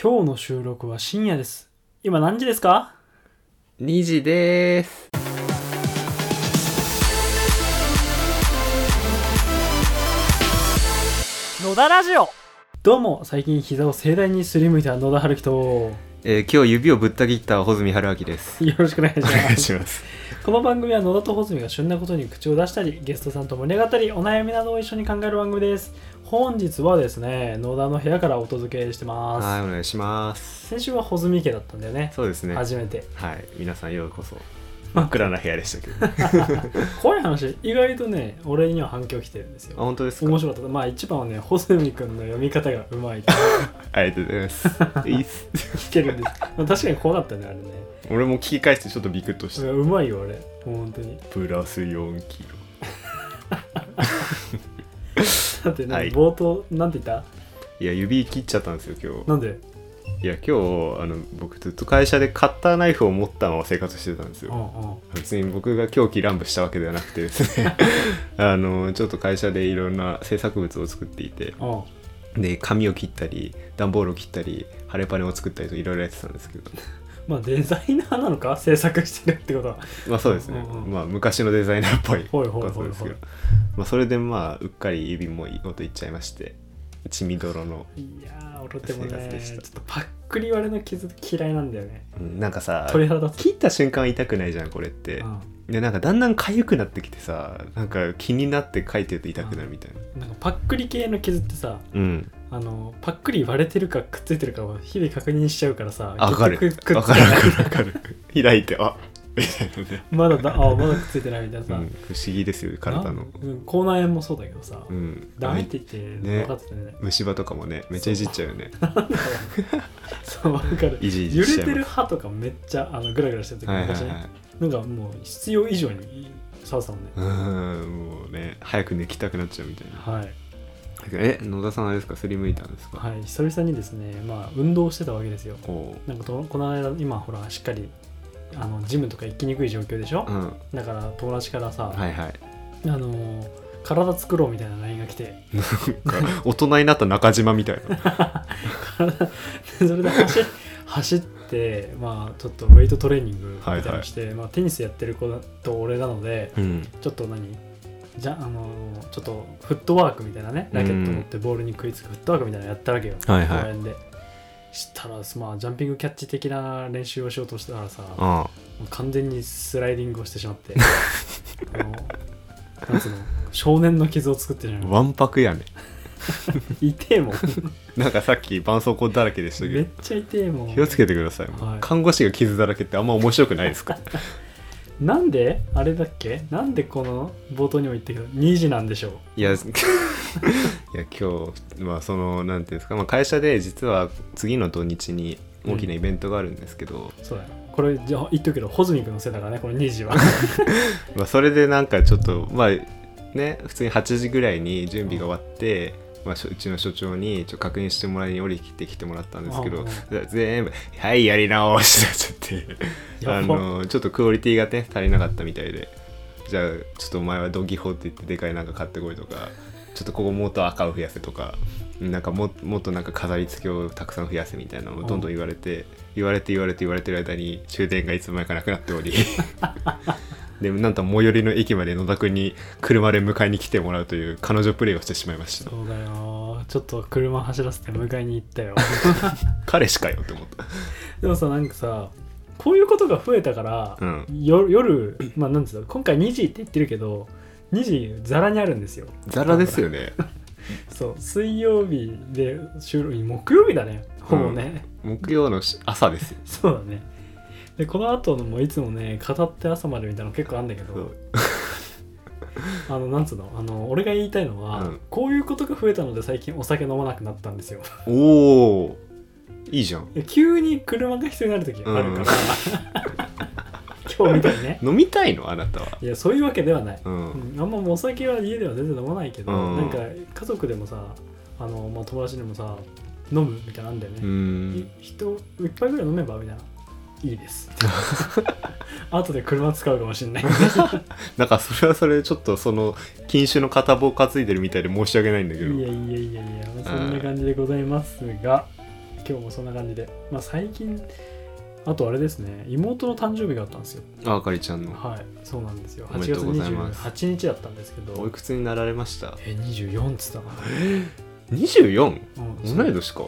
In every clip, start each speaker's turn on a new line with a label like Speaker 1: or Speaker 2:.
Speaker 1: 今日の収録は深夜です。今何時ですか
Speaker 2: 2時でーす。
Speaker 1: 野田ラジオどうも、最近膝を盛大にすりむいた野田春樹と、
Speaker 2: えー今日指をぶった切った穂積春明です。
Speaker 1: よろしくお願いし
Speaker 2: お
Speaker 1: ます。
Speaker 2: 願いします。
Speaker 1: この番組は野田と穂積が旬なことに口を出したりゲストさんと盛り上がったりお悩みなどを一緒に考える番組です本日はですね野田の部屋からお届けしてます、
Speaker 2: はい、お願いします。
Speaker 1: 先週は穂積家だったんだよね
Speaker 2: そうですね。はい、
Speaker 1: 初めて
Speaker 2: 皆さんようこそ。真っ暗な部屋でしたけど。あ、
Speaker 1: こういう話意外とね俺には反響来てるんですよ
Speaker 2: 本当ですか。
Speaker 1: 面白かったまあ一番はね穂積君の読み方がうまい
Speaker 2: ありがとうございます。 いいっす。
Speaker 1: 聞けるんですまあ確かにこうだったねあれね
Speaker 2: 俺も聞き返してちょっとビクッとし
Speaker 1: い
Speaker 2: た。
Speaker 1: やうまいよ俺本当に
Speaker 2: プラス4キロ。
Speaker 1: だってね、
Speaker 2: はい
Speaker 1: 冒頭なんて言った
Speaker 2: いや、指切っちゃったんですよ、今
Speaker 1: なんで
Speaker 2: 日。いや、今日、あの、僕ずっと会社でカッターナイフを持ったまま生活してたんです
Speaker 1: う
Speaker 2: よ。
Speaker 1: んうん
Speaker 2: 別に僕が狂気乱舞したわけではなくてです ねあのちょっと会社でいろんな制作物を作っていて
Speaker 1: うん
Speaker 2: で紙を切ったり段ボールを切ったり晴れパネを作ったりといろいろやってたんですけど
Speaker 1: まあデザイナーなのか制作してるってことは
Speaker 2: まあそうですね、
Speaker 1: うんうん
Speaker 2: まあ昔のデザイナーっぽい
Speaker 1: ほいほいほいほい
Speaker 2: ことですけど、まあ、それでまあうっかり指もごといっちゃいまして血みどろの、
Speaker 1: いやー俺でも
Speaker 2: すいません
Speaker 1: ねち
Speaker 2: で
Speaker 1: ょ
Speaker 2: し
Speaker 1: ったとパックリ割れの傷嫌いなんだよね
Speaker 2: うんなんかさ
Speaker 1: 鳥肌立つ
Speaker 2: 切った瞬間痛くないじゃんこれって
Speaker 1: うん、
Speaker 2: でなんかだんだん痒くなってきてさなんか気になって書いてると痛くなるみたいな
Speaker 1: なんかパックリ系の傷ってさ
Speaker 2: うん
Speaker 1: あのパックリ割れてるかくっついてるかは日々確認しちゃうからさ
Speaker 2: あわかる
Speaker 1: 結局く
Speaker 2: わ
Speaker 1: っついて
Speaker 2: か
Speaker 1: な
Speaker 2: る
Speaker 1: い
Speaker 2: わかるわかる開いてあみたいなね、
Speaker 1: まだだあまだくっついてないみたいな
Speaker 2: う
Speaker 1: さ、
Speaker 2: ん、不思議ですよ体の
Speaker 1: なうん口内炎もそうだけどさ、
Speaker 2: うん
Speaker 1: ダメって言って
Speaker 2: ね
Speaker 1: 分かってたよね
Speaker 2: 虫歯とかもねめっちゃいじっちゃうよね
Speaker 1: そう分かる
Speaker 2: いじい
Speaker 1: 揺
Speaker 2: じしち
Speaker 1: れ
Speaker 2: ゃ
Speaker 1: て
Speaker 2: い
Speaker 1: る
Speaker 2: ま
Speaker 1: 歯とかめっちゃあのグラグラしてる時
Speaker 2: すはいはい
Speaker 1: 昔ね、
Speaker 2: はい
Speaker 1: なんかもう必要以上に触ってたもんね、
Speaker 2: うんもうね早く寝きたくなっちゃうみたいな
Speaker 1: はい
Speaker 2: え野田さんあれですかすりむいたんですか、
Speaker 1: はい、久々にですね、まあ、運動をしてたわけですよ。
Speaker 2: こ
Speaker 1: なんかとこの間、今ほら、しっかりあのジムとか行きにくい状況でしょ
Speaker 2: うう、ん
Speaker 1: だから友達からさ、
Speaker 2: はいはい
Speaker 1: あのー体作ろうみたいな LINE が来て、
Speaker 2: なんか大人になった中島みたいな
Speaker 1: 体それで走走って、まあ、ちょっとウェイトトレーニングみたいなのして、まあ、テニスやってる子と俺なので、
Speaker 2: うん
Speaker 1: ちょっと何じゃあのーちょっとフットワークみたいなねラケット持ってボールに食いつくフットワークみたいなのやったわけよ、
Speaker 2: はいはい
Speaker 1: 公園でしたらまあジャンピングキャッチ的な練習をしようとしたらさも
Speaker 2: あ
Speaker 1: う完全にスライディングをしてしまってあのなんつうの少年の傷を作ってる
Speaker 2: あ
Speaker 1: のよ
Speaker 2: わんぱくやね
Speaker 1: 痛えもん
Speaker 2: なんかさっき絆創膏だらけでした
Speaker 1: め
Speaker 2: け
Speaker 1: っ
Speaker 2: ど
Speaker 1: ちゃ痛えもん
Speaker 2: 気をつけてください、
Speaker 1: はい
Speaker 2: 看護師が傷だらけってあんま面白くないですか
Speaker 1: なんであれだっけなんでこの冒頭にも言ったけど2時なんでしょう
Speaker 2: いやいや今日まあそのなんていうんですか、まあ、会社で実は次の土日に大きなイベントがあるんですけど、
Speaker 1: そうだよこれじゃあ言っとくけど穂積君のせいだからねこの2時は
Speaker 2: まあ、それでなんかちょっとまあね普通に8時ぐらいに準備が終わって、まあ、しょうちの所長にちょっと確認してもらいに降りてきてもらったんですけ
Speaker 1: う
Speaker 2: ど
Speaker 1: ん
Speaker 2: 全部「はいやり直し」になっちゃって
Speaker 1: やば
Speaker 2: あのちょっとクオリティがね足りなかったみたいでじゃあちょっとお前はドギホって言ってでかいなんか買ってこいとかちょっとここもっと赤を増やせとか。なんかももっとなんか飾り付けをたくさん増やせみたいなのをどんどん言われて、言われて言われて言われてる間に終電がいつも間にかなくなってお りでなんと最寄りの駅まで野田君に車で迎えに来てもらうという彼女プレイをしてしまいました
Speaker 1: そうだよちょっと車走らせて迎えに行ったよ
Speaker 2: 彼しかよって思った
Speaker 1: でもさなんかさこういうことが増えたから、
Speaker 2: うん
Speaker 1: よ夜まあなんつうの今回2時って言ってるけど2時ザラにあるんですよ
Speaker 2: ザラです よね
Speaker 1: そう水曜日で収録木曜日だねほぼね、
Speaker 2: 木曜のし朝ですよ
Speaker 1: そうだねでこの後のもいつもね語って朝までみたいなの結構あんだけ
Speaker 2: そ
Speaker 1: ど
Speaker 2: う
Speaker 1: あのなんつうのあの俺が言いたいのは、
Speaker 2: うん
Speaker 1: こういうことが増えたので最近お酒飲まなくなったんですよ
Speaker 2: おおいいじゃん
Speaker 1: いや急に車が必要になる時があるから、 今日みたいにね
Speaker 2: 飲みたいのあなたはい
Speaker 1: やそういうわけではない、
Speaker 2: うん、
Speaker 1: うんあんまお酒は家では全然飲まないけど、
Speaker 2: うん
Speaker 1: なんか家族でもさあの、まあ、友達にもさ飲むみたいなのあんだよね、い
Speaker 2: うん
Speaker 1: 人一杯ぐらい飲めばみたいないいです 後で車使うかもしれない
Speaker 2: なんかそれはそれでちょっとその禁酒の片棒担いでるみたいで申し訳ないんだ
Speaker 1: い
Speaker 2: け
Speaker 1: や
Speaker 2: ど
Speaker 1: いやいやいやそんな感じでございますが今今日もそんな感じでまあ最近あとあれですね妹の誕生日があったんですよ
Speaker 2: ああかりちゃんの
Speaker 1: はいそうなんですよ
Speaker 2: お
Speaker 1: 8
Speaker 2: め
Speaker 1: 月
Speaker 2: でとうございます
Speaker 1: 28日だったんですけ
Speaker 2: おい
Speaker 1: ど
Speaker 2: くつになられました
Speaker 1: え24っつったか
Speaker 2: 24?
Speaker 1: な、うん、
Speaker 2: 同い年か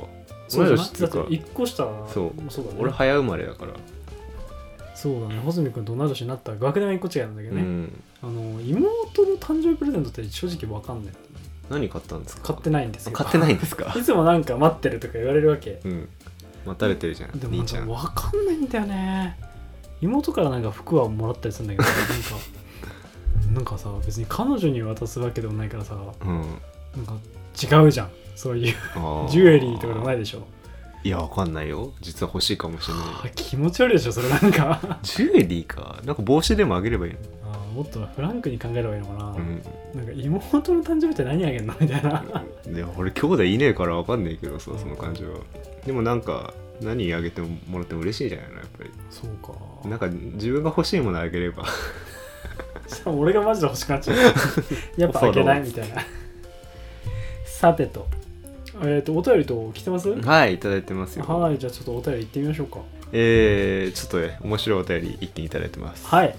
Speaker 1: そう
Speaker 2: 同い
Speaker 1: そう
Speaker 2: 年っていうか
Speaker 1: だって1個下
Speaker 2: そう
Speaker 1: そうだね
Speaker 2: 俺早生まれだから、
Speaker 1: そうだね穂積君と同い年になった学年は1個違いなんだけど
Speaker 2: う
Speaker 1: ね、
Speaker 2: ん
Speaker 1: あの妹の誕生日プレゼントって正直わかんない
Speaker 2: 何買ったんですか
Speaker 1: 買ってないんですよ
Speaker 2: 買っ てないいんですか
Speaker 1: つもなんか待ってるとか言われるわけ
Speaker 2: うん待たれてるじゃん
Speaker 1: でもな
Speaker 2: 兄
Speaker 1: ん
Speaker 2: ちゃ
Speaker 1: か
Speaker 2: ん
Speaker 1: わかんないんだよね妹からなんか服はもらったりするんだけどなんかなんかさ別に彼女に渡すわけでもないからさ
Speaker 2: う
Speaker 1: な
Speaker 2: ん
Speaker 1: んか違うじゃんそういう
Speaker 2: あ
Speaker 1: ジュエリーとかじゃないいでしょ
Speaker 2: いやわかんないよ実は欲しいかもしれな
Speaker 1: あ
Speaker 2: い
Speaker 1: 気持ち悪いでしょそれなん か
Speaker 2: ジュエリーかなんか帽子でもあげればいいの
Speaker 1: あーもっとフランクに考えればいいのかな、
Speaker 2: うん
Speaker 1: なんか妹の誕生日って何あげんのみたいな
Speaker 2: いや俺兄弟いねえからわかんないけどさ
Speaker 1: うん
Speaker 2: その感じはでもなんか何あげてももらっても嬉しいじゃないのやっぱり
Speaker 1: そうか
Speaker 2: なんか自分が欲しいものあげれば
Speaker 1: しかも俺がマジで欲しくなっちゃう やっぱ開けないみたいなさてとえっ、とお便りと来てますは
Speaker 2: はいいただいてますよ
Speaker 1: いじゃあちょっとお便り行ってみましょうか
Speaker 2: えー、ちょっとね面白いお便り一気にいただいてます
Speaker 1: はい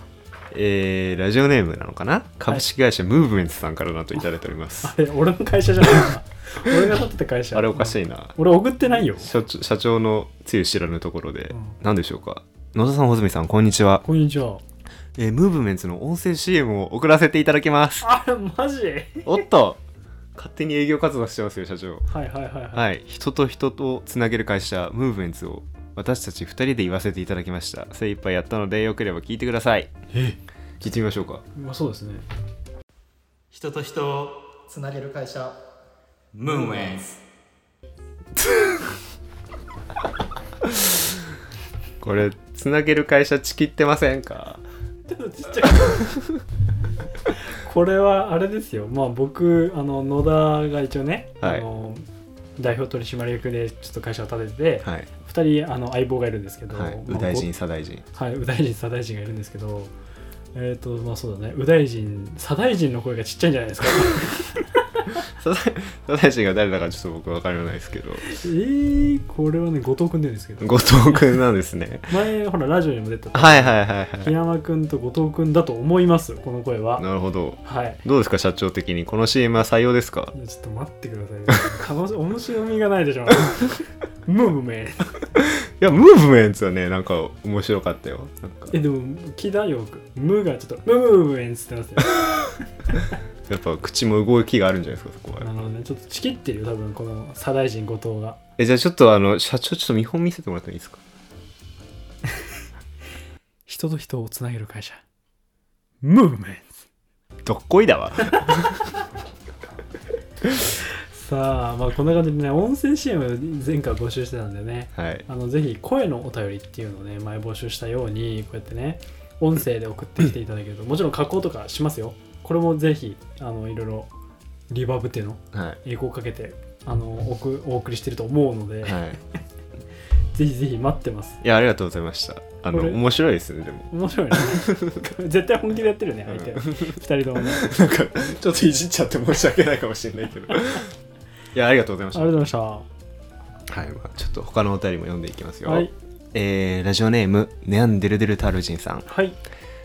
Speaker 2: えー、ラジオネームなのかな株式会社ムーブメントさんからなといただいております
Speaker 1: あれ俺の会社じゃない か俺が立ってた会社
Speaker 2: あれおか
Speaker 1: い
Speaker 2: しいな
Speaker 1: 俺送ってないよ
Speaker 2: 社長社長のつゆ知らぬところで、
Speaker 1: うん
Speaker 2: 何でしょうか野田さん穂積さんこんにちは、
Speaker 1: こんにちは
Speaker 2: えームーブメンツの音声 CM を送らせていただきます
Speaker 1: あれマジはい
Speaker 2: おっと勝手に営業活動してますよ社長
Speaker 1: はいはいはい、
Speaker 2: はい人と人とつなげる会社ムーブメンツを私たち2人で言わせていただきました精一杯やったのでよければ聞いてください聞いてみましょうか
Speaker 1: まあ、そうですね
Speaker 3: 人と人を
Speaker 4: つなげる会社
Speaker 3: ムーンウェンズ
Speaker 2: これつなげる会社ちきってませんか
Speaker 1: ちょっとちっちゃい これはあれですよまあ僕あの野田が一応ね、
Speaker 2: はい
Speaker 1: あの代表取締役でちょっと会社を立ててて、
Speaker 2: はい、
Speaker 1: 二人あの相棒がいるんですけど、
Speaker 2: はい、
Speaker 1: まあ
Speaker 2: 右大臣左大臣
Speaker 1: はい、右大臣、左大臣がいるんですけど、えっ、と、まあそうだね、右大臣、左大臣の声がちっちゃいんじゃない ですか。
Speaker 2: 左大臣が誰だかちょっと僕分からないですけど
Speaker 1: えー、これはね、後藤君で言うんですけど、
Speaker 2: 後藤君なんですね
Speaker 1: 前、ほら、ラジオにも出た、
Speaker 2: はいはいはい
Speaker 1: 檜山君と後藤君だと思います、この声
Speaker 2: は
Speaker 1: は。
Speaker 2: なるほど
Speaker 1: はい。
Speaker 2: どうですか社長的にこの CM は採用ですか
Speaker 1: いやちょっと待ってください よ。楽し面白みがないでしょ。 ムーブメント。
Speaker 2: いやムーブメンツはねなんか面白かったよなんか
Speaker 1: え、でも、木田よく、ムがちょっと、ムーブメントってなってますよ。
Speaker 2: やっぱ口も動きがあるんじゃないですかそこ
Speaker 1: あ
Speaker 2: は
Speaker 1: のね、ちょっとチキってるよ、多分この左大臣、後藤が。
Speaker 2: えじゃあちょっとあの社長ちょっと見本見せてもらってもいいですか
Speaker 1: 人と人をつなげる会社。ムーブメント。
Speaker 2: どっこいだわ
Speaker 1: さあ、まあ、こんな感じでね、音声 CM 前回募集してたんでね、
Speaker 2: はい
Speaker 1: あのぜひ声のお便りっていうのをね、前募集したように、こうやってね、音声で送ってきていただけると、もちろん加工とかしますよ。これもぜひ、あのいろいろリバーブっていうの、
Speaker 2: は
Speaker 1: 英語をかけて、あのおくお送りしてると思うので、
Speaker 2: いはい
Speaker 1: ぜひぜひ待ってます。
Speaker 2: いやありがとうございましたあの
Speaker 1: これ
Speaker 2: 面白いですねでも
Speaker 1: 面白い ね。絶対本気でやってるね、相手。二人ともね。あり
Speaker 2: なんかちょっといじっちゃって申し訳ないかもしれ ないけどいやありがとうございました
Speaker 1: がとうございました。
Speaker 2: はい、まあ、ちょっと他のお便りも読んでいきますよ、
Speaker 1: はい。
Speaker 2: えーラジオネームネアンデルデルタルジンさん
Speaker 1: はい。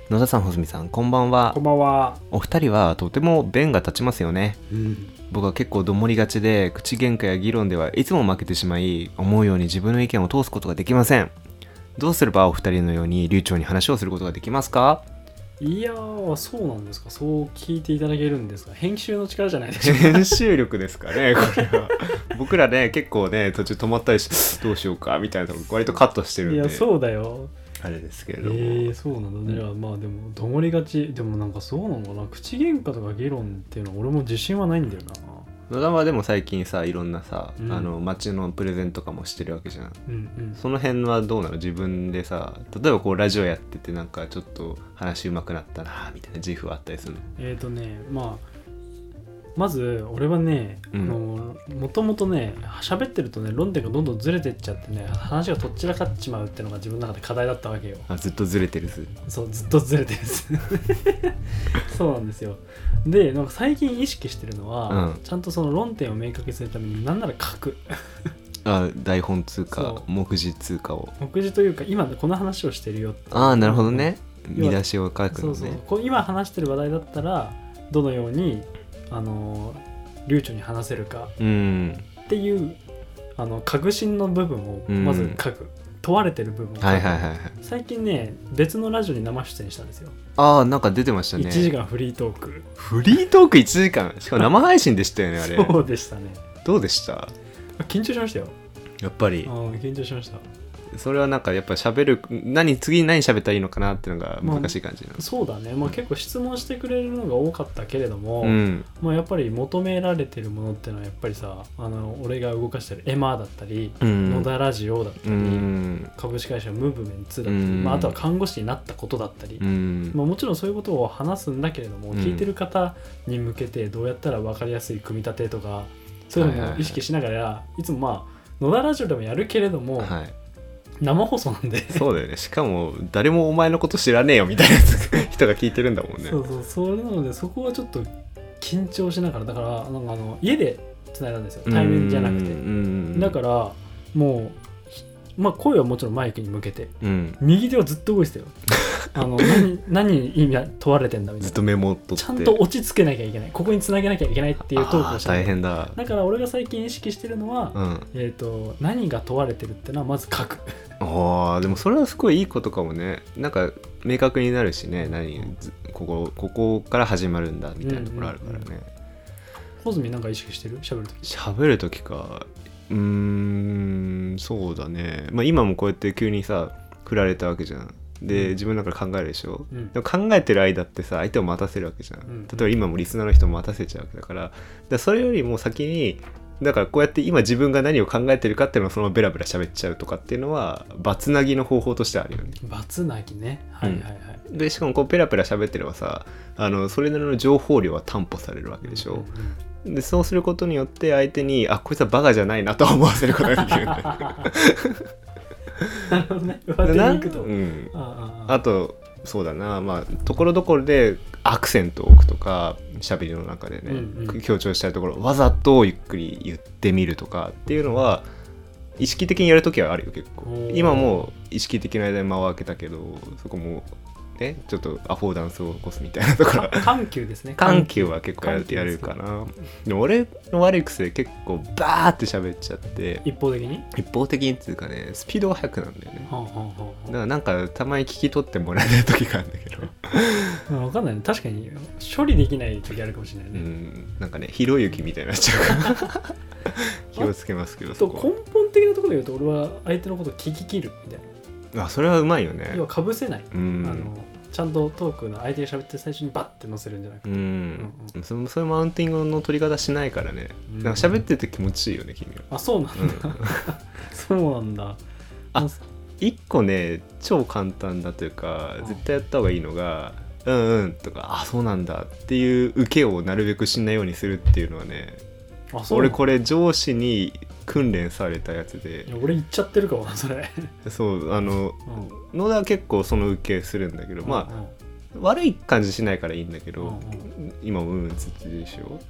Speaker 2: 野田さん穂積さんこんばんは
Speaker 1: こんばんは。
Speaker 2: お二人はとても弁が立ちますよね
Speaker 1: うん。
Speaker 2: 僕は結構どもりがちで口喧嘩や議論ではいつも負けてしまい思うように自分の意見を通すことができませんどうすればお二人のように流暢に話をすることができますか
Speaker 1: いやー、そうなんですか。そう聞いていただけるんですか。編集の力じゃないですか。
Speaker 2: 編集力ですかねこれは僕らね結構ね途中止まったりしどうしようかみたいなの割とカットしてるん
Speaker 1: い
Speaker 2: で
Speaker 1: や、そうだよ。
Speaker 2: あれですけ
Speaker 1: え
Speaker 2: れども、
Speaker 1: ー、そうなんだ。じゃあ、まあでも、どもりがち。でもなんかそうなのかな。口喧嘩とか議論っていうのは俺も自信はないんだよな。
Speaker 2: 野田はでも最近さいろんなさ、
Speaker 1: うん
Speaker 2: あの街のプレゼンとかもしてるわけじゃん
Speaker 1: うんうん。
Speaker 2: その辺はどうなの自分でさ例えばこうラジオやっててなんかちょっと話うまくなったなみたいな自負はあったりするの
Speaker 1: えっ、ー、とね、まあ、まず俺はね、
Speaker 2: うん
Speaker 1: あのもともとね喋ってるとね論点がどんどんずれてっちゃってね話がとっちらかっちまうっていうのが自分の中で課題だったわけよ
Speaker 2: あずっとずれてるず
Speaker 1: そうずっとずれてるんです そうなんですよでなんか最近意識してるのは、
Speaker 2: うん
Speaker 1: ちゃんとその論点を明確にするために何なら書く
Speaker 2: あ台本通貨
Speaker 1: そ
Speaker 2: 目次通貨を
Speaker 1: 目次というか今この話をしてるよって
Speaker 2: ああなるほどね
Speaker 1: 要
Speaker 2: 見
Speaker 1: は
Speaker 2: 出しを書く
Speaker 1: そ
Speaker 2: の
Speaker 1: うそう
Speaker 2: ね
Speaker 1: こう今話してる話題だったらどのようにあのー流暢に話せるか
Speaker 2: うん
Speaker 1: っていうあの確信の部分をまず書く、問われてる部分を書く、
Speaker 2: はいはいはいはい
Speaker 1: 最近ね別のラジオに生出演したんですよ、
Speaker 2: ああなんか出てましたね
Speaker 1: 1時間フリートーク
Speaker 2: フリートーク1時間しかも生配信でしたよねあれ
Speaker 1: そうでしたね
Speaker 2: どうでした
Speaker 1: 緊張しましたよ
Speaker 2: やっぱり
Speaker 1: うん緊張しました
Speaker 2: それはなんかやっぱ喋る何次に何喋ったらいいのかなっていうのが難しい感じなの、
Speaker 1: そうだね、まあ、結構質問してくれるのが多かったけれども、
Speaker 2: うん
Speaker 1: まあ、やっぱり求められてるものってのはやっぱりさあの俺が動かしてるエマーだったり、
Speaker 2: うん
Speaker 1: 野田ラジオだった
Speaker 2: う
Speaker 1: り、
Speaker 2: ん
Speaker 1: 株式会社ムーブメンツだったり、
Speaker 2: うん
Speaker 1: まあ、あとは看護師になったことだったり、
Speaker 2: うん
Speaker 1: まあ、もちろんそういうことを話すんだけれども、
Speaker 2: うん
Speaker 1: 聞いてる方に向けてどうやったら分かりやすい組み立てとかそういうのも意識しながら、いつもまあ野田ラジオでもやるけれども、
Speaker 2: はい
Speaker 1: 生放送なんで
Speaker 2: そうだよねしかも誰もお前のこと知らねえよみたいな人が聞いてるんだもんね
Speaker 1: そうそうそれなのでそこはちょっと緊張しながらだからなんかあの家で繋いだんですよ対面じゃなくて
Speaker 2: て
Speaker 1: だからもうひまあ声はもちろんマイクに向けて
Speaker 2: うん
Speaker 1: 右手はずっと動いて たよあの何何に意味は問われてんだみた
Speaker 2: ず
Speaker 1: い
Speaker 2: っ
Speaker 1: な
Speaker 2: とメモっとって
Speaker 1: ちゃんと落ち着けなきゃいけないここに繋げなきゃいけないっていうトーク
Speaker 2: あ
Speaker 1: をし
Speaker 2: ー
Speaker 1: た
Speaker 2: 大変だ
Speaker 1: だから俺が最近意識してるのは、
Speaker 2: うん
Speaker 1: えー、と何が問われてるってのはまず書く
Speaker 2: あーでもそれはすごいいいことかもねなんか明確になるしね何ずここここから始まるんだみたいなところあるからね、
Speaker 1: うんホズミなんか意識してる喋るとき
Speaker 2: 喋る時かうーんそうだねまあ今もこうやって急にさ振られたわけじゃんで自分だから考えるでしょ、
Speaker 1: うん
Speaker 2: でも考えてる間ってさ相手を待たせるわけじゃん、
Speaker 1: うん
Speaker 2: 例えば今もリスナーの人を待たせちゃうわけだからだからそれよりも先にだからこうやって今自分が何を考えてるかっていうのをそのままベラベラ喋っちゃうとかっていうのはバツナギの方法としてはあるよね
Speaker 1: バツなきねはいはいはい、
Speaker 2: でしかもこうペラペラ喋ってればさあのそれなりの情報量は担保されるわけでしょ、
Speaker 1: うんうんうん
Speaker 2: でそうすることによって相手にあこいつはバカじゃないなと思わせることができる
Speaker 1: な るほどね。上手に行くと。
Speaker 2: うん、
Speaker 1: あああ
Speaker 2: あとそうだなまあところどころでアクセントを置くとか喋りの中でね、
Speaker 1: うんうん
Speaker 2: 強調したいところわざとゆっくり言ってみるとかっていうのは意識的にやるときはあるよ結
Speaker 1: お
Speaker 2: 構
Speaker 1: ー
Speaker 2: 今も意識的な間に間を空けたけどそこもねちょっとアフォーダンスを起こすみたいなとこ
Speaker 1: か
Speaker 2: ろ
Speaker 1: 緩急ですね。
Speaker 2: 緩急は結構や
Speaker 1: 緩急
Speaker 2: や
Speaker 1: で
Speaker 2: る
Speaker 1: すね
Speaker 2: かなでも俺の悪い癖結構バーって喋っちゃって
Speaker 1: 一方的に。
Speaker 2: 一方的にっていうかねスピードが速くなんだよね
Speaker 1: はあはあは
Speaker 2: だからなんかたまに聞き取ってもらえない時があるんだけ ど
Speaker 1: あはあ。わかんないね。確かに処理できない時あるかもしれないうね。
Speaker 2: んなんかねひろゆきみたいになっちゃうから 気をつけますけど
Speaker 1: と
Speaker 2: そ
Speaker 1: 根
Speaker 2: こ
Speaker 1: 本的なところで言うと俺は相手のことを聞き切るみたいな。
Speaker 2: あそれはうまいよね
Speaker 1: 要はかぶせない。
Speaker 2: う
Speaker 1: あ
Speaker 2: ん
Speaker 1: のちゃんとトークの相手が喋ってる最初にバッて載せるんじゃなく
Speaker 2: う
Speaker 1: て。
Speaker 2: んそそういうマウンティングの取り方しないからね
Speaker 1: うん
Speaker 2: なんか喋ってて気持ちいいよね君は
Speaker 1: あそうなんだ。 そうなんだ。
Speaker 2: あ
Speaker 1: あ
Speaker 2: 一個ね超簡単だというか
Speaker 1: うん
Speaker 2: 絶対やった方がいいのが「うんうん」とか「あそうなんだ」っていう受けをなるべくしないようにするっていうのはね
Speaker 1: あそうな
Speaker 2: 俺
Speaker 1: んだ。
Speaker 2: これ上司に訓練されたやつで
Speaker 1: いや俺言っちゃってるかもなそ れ。
Speaker 2: そうあの野田は結構その受けするんだけどまあ
Speaker 1: あ。
Speaker 2: 悪い感じしないからいいんだけど
Speaker 1: う
Speaker 2: 今も「うんうん」つってるでしょ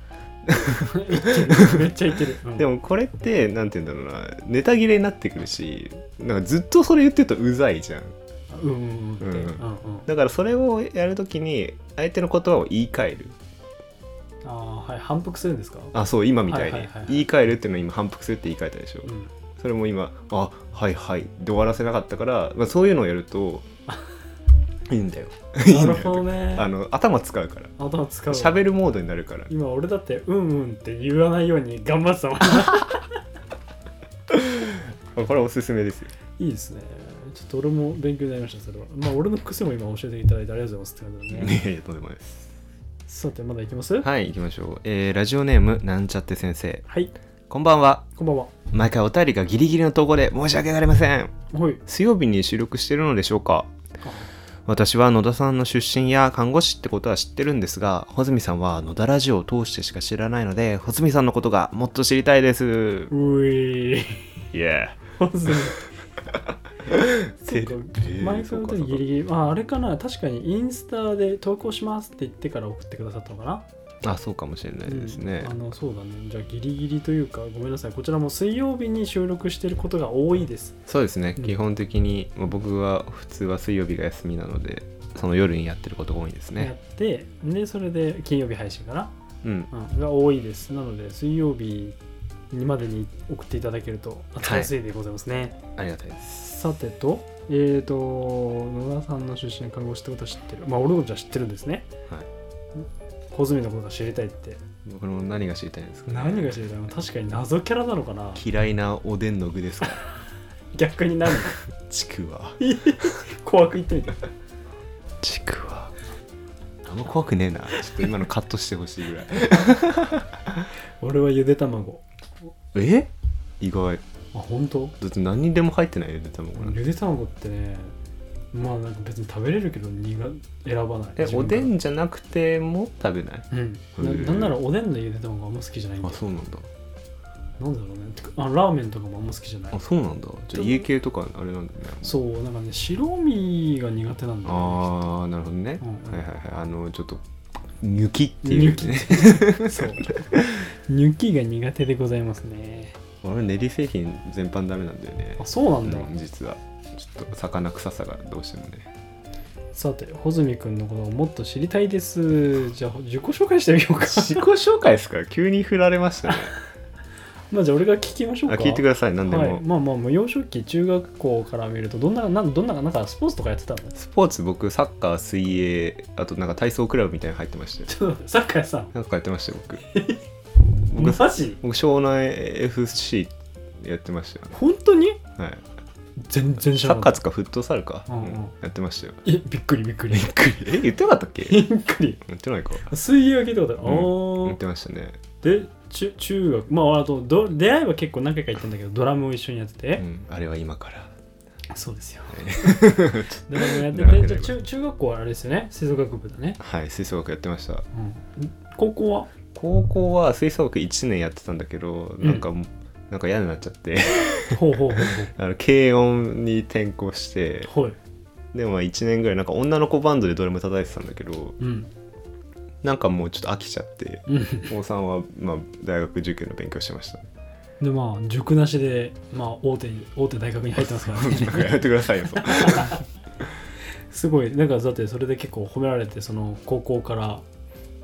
Speaker 1: 言ってるめっちゃ言ってる。うん
Speaker 2: でもこれってなんて言うんだろうなネタ切れになってくるしなんかずっとそれ言ってるとうざいじゃん
Speaker 1: うんうんうんって。
Speaker 2: う
Speaker 1: うんん
Speaker 2: う
Speaker 1: うんん。
Speaker 2: だからそれをやるときに相手の言葉を言い換える
Speaker 1: ああはい反復するんですか。
Speaker 2: あそう今みたいに、
Speaker 1: はいはいはいはい
Speaker 2: 言い換えるっていうのを今反復するって言い換えたでしょ、
Speaker 1: うん。
Speaker 2: それも今あはいはいで終わらせなかったから、まあ、そういうのをやるといいんだよいいん
Speaker 1: な
Speaker 2: だ
Speaker 1: る
Speaker 2: よ
Speaker 1: ほどね。
Speaker 2: あの頭使うから
Speaker 1: 頭使うわ。
Speaker 2: 喋るモードになるから
Speaker 1: 今俺だってうんうんって言わないように頑張ってたもん。
Speaker 2: まあこれおすすめですよ
Speaker 1: いいですね。ちょっと俺も勉強になりました、それは。まあ俺の癖も今教えていただいてありがとうございますって感じだね。
Speaker 2: いやいやとんでもないです
Speaker 1: さて、まだいきますはい、
Speaker 2: はい行きましょう、えーラジオネームなんちゃって先生
Speaker 1: はい、
Speaker 2: こんばんは
Speaker 1: こんばんは。
Speaker 2: 毎回お便りがギリギリの投稿で申し訳ありません
Speaker 1: ほい。
Speaker 2: 水曜日に収録しているのでしょうか私は野田さんの出身や看護師ってことは知ってるんですが穂積さんは野田ラジオを通してしか知らないので穂積さんのことがもっと知りたいです
Speaker 1: うい。
Speaker 2: いや
Speaker 1: ほずに。そ
Speaker 2: て
Speaker 1: う
Speaker 2: る
Speaker 1: か毎回の時ギリギリ、まあ、あれかな、確かにインスタで投稿しますって言ってから送ってくださったのかな。
Speaker 2: あそうかもしれないですね、
Speaker 1: うんあのそうだねじゃあギリギリというかごめんなさいこちらも水曜日に収録してることが多いです
Speaker 2: そうですね、
Speaker 1: うん
Speaker 2: 基本的に、まあ、僕は普通は水曜日が休みなのでその夜にやってることが多いです
Speaker 1: やっ
Speaker 2: ね、
Speaker 1: てでそれで金曜日配信かな、
Speaker 2: うん
Speaker 1: うん、が多いですなので水曜日にまでに送っていただけると扱いやすいでございますね、
Speaker 2: ありがたいです
Speaker 1: さてとえー、と野田さんの出身看護師ってことは知ってるまあ俺のことは知ってるんですね
Speaker 2: はい
Speaker 1: 小泉のことは知りたいって
Speaker 2: 僕の何が知りたいんですか、ね、
Speaker 1: 何が知りたいの確かに謎キャラなのかな
Speaker 2: 嫌いなおでんの具です か
Speaker 1: 逆に 何
Speaker 2: ちくわ
Speaker 1: 怖く言ってみて
Speaker 2: ちくわあんま怖くねえなちょっと今のカットしてほしいぐらい
Speaker 1: 俺はゆで卵
Speaker 2: え意外
Speaker 1: あ本当
Speaker 2: だって何にでも入ってないよね多分これ
Speaker 1: ゆで卵ってねまあなんか別に食べれるけど苦選ばない
Speaker 2: えおで
Speaker 1: 自
Speaker 2: んじゃなくても食べな
Speaker 1: 分
Speaker 2: い
Speaker 1: からうん
Speaker 2: へえ
Speaker 1: ななんならおでんのゆで卵があんま好きじゃないんだ
Speaker 2: あ
Speaker 1: よ
Speaker 2: そうなんだ
Speaker 1: なんだろうねてかあラーメンとかもあんま好きじゃない
Speaker 2: あそうなんだじゃあ家系とかあれなんだね
Speaker 1: そうなんかね白身が苦手なんだよ
Speaker 2: ああなるほどね、
Speaker 1: うんうん
Speaker 2: はいはいはいあのちょっと抜きっていう ね
Speaker 1: ね そう抜きが苦手でございますね
Speaker 2: 俺練り製品全般ダメなんだよね
Speaker 1: あそうなんだ、
Speaker 2: うん実はちょっと魚臭さがどうしてもね
Speaker 1: さて穂積君のことをもっと知りたいですじゃあ自己紹介してみようか
Speaker 2: 自己紹介ですから急に振られましたね
Speaker 1: まあじゃあ俺が聞きまし
Speaker 2: あ
Speaker 1: ょうか
Speaker 2: 聞いてください何でも、
Speaker 1: はい、まあまあもう幼少期中学校から見るとどんななんどんななんかスポーツとかやってたの
Speaker 2: スポーツ僕サッカー水泳あとなんか体操クラブみたいなの入ってましたよ
Speaker 1: ちょっと待ってサッカーやってたの
Speaker 2: なんかやってましたよ 僕僕
Speaker 1: マジ
Speaker 2: 僕湘南 FC やってましたよ、
Speaker 1: 本当に
Speaker 2: はい、
Speaker 1: 全然知
Speaker 2: サ
Speaker 1: ら
Speaker 2: ッ
Speaker 1: なか
Speaker 2: カー
Speaker 1: っ
Speaker 2: つ
Speaker 1: た
Speaker 2: かフットサルか、
Speaker 1: うんうん
Speaker 2: やってましたよ
Speaker 1: えびっくりびっくり
Speaker 2: え言ってなかったっけ
Speaker 1: びっくり
Speaker 2: 言ってないか
Speaker 1: 水泳は聞いたことある、
Speaker 2: 言
Speaker 1: お
Speaker 2: ってましたね、
Speaker 1: ーで中中学まああとど出会いは結構何回か行ったんだけどドラムを一緒にやって
Speaker 2: う
Speaker 1: て、
Speaker 2: ん、あれは今から
Speaker 1: そうですよ ドラムやって
Speaker 2: なるほ
Speaker 1: てじ
Speaker 2: ど
Speaker 1: ゃあ中中学校はあれですよね吹奏楽部だね、
Speaker 2: はい吹奏楽やってました
Speaker 1: うん、高校は
Speaker 2: 高校は吹奏楽1年やってたんだけど
Speaker 1: うん
Speaker 2: なんかもう、なんか嫌になっちゃって
Speaker 1: ほうほうほう
Speaker 2: あの軽音に転向して
Speaker 1: ほうはい、
Speaker 2: でも1年ぐらいなんか女の子バンドでドラム叩いてたんだけど
Speaker 1: うん
Speaker 2: なんかもうちょっと飽きちゃって
Speaker 1: うん
Speaker 2: 高3は、まあ、大学受験の勉強してました
Speaker 1: でまあ塾なしで、まあ、大手に大手大学に入ってますからね
Speaker 2: なんかやってくださいよ
Speaker 1: すごいなんかだってそれで結構褒められてその高校から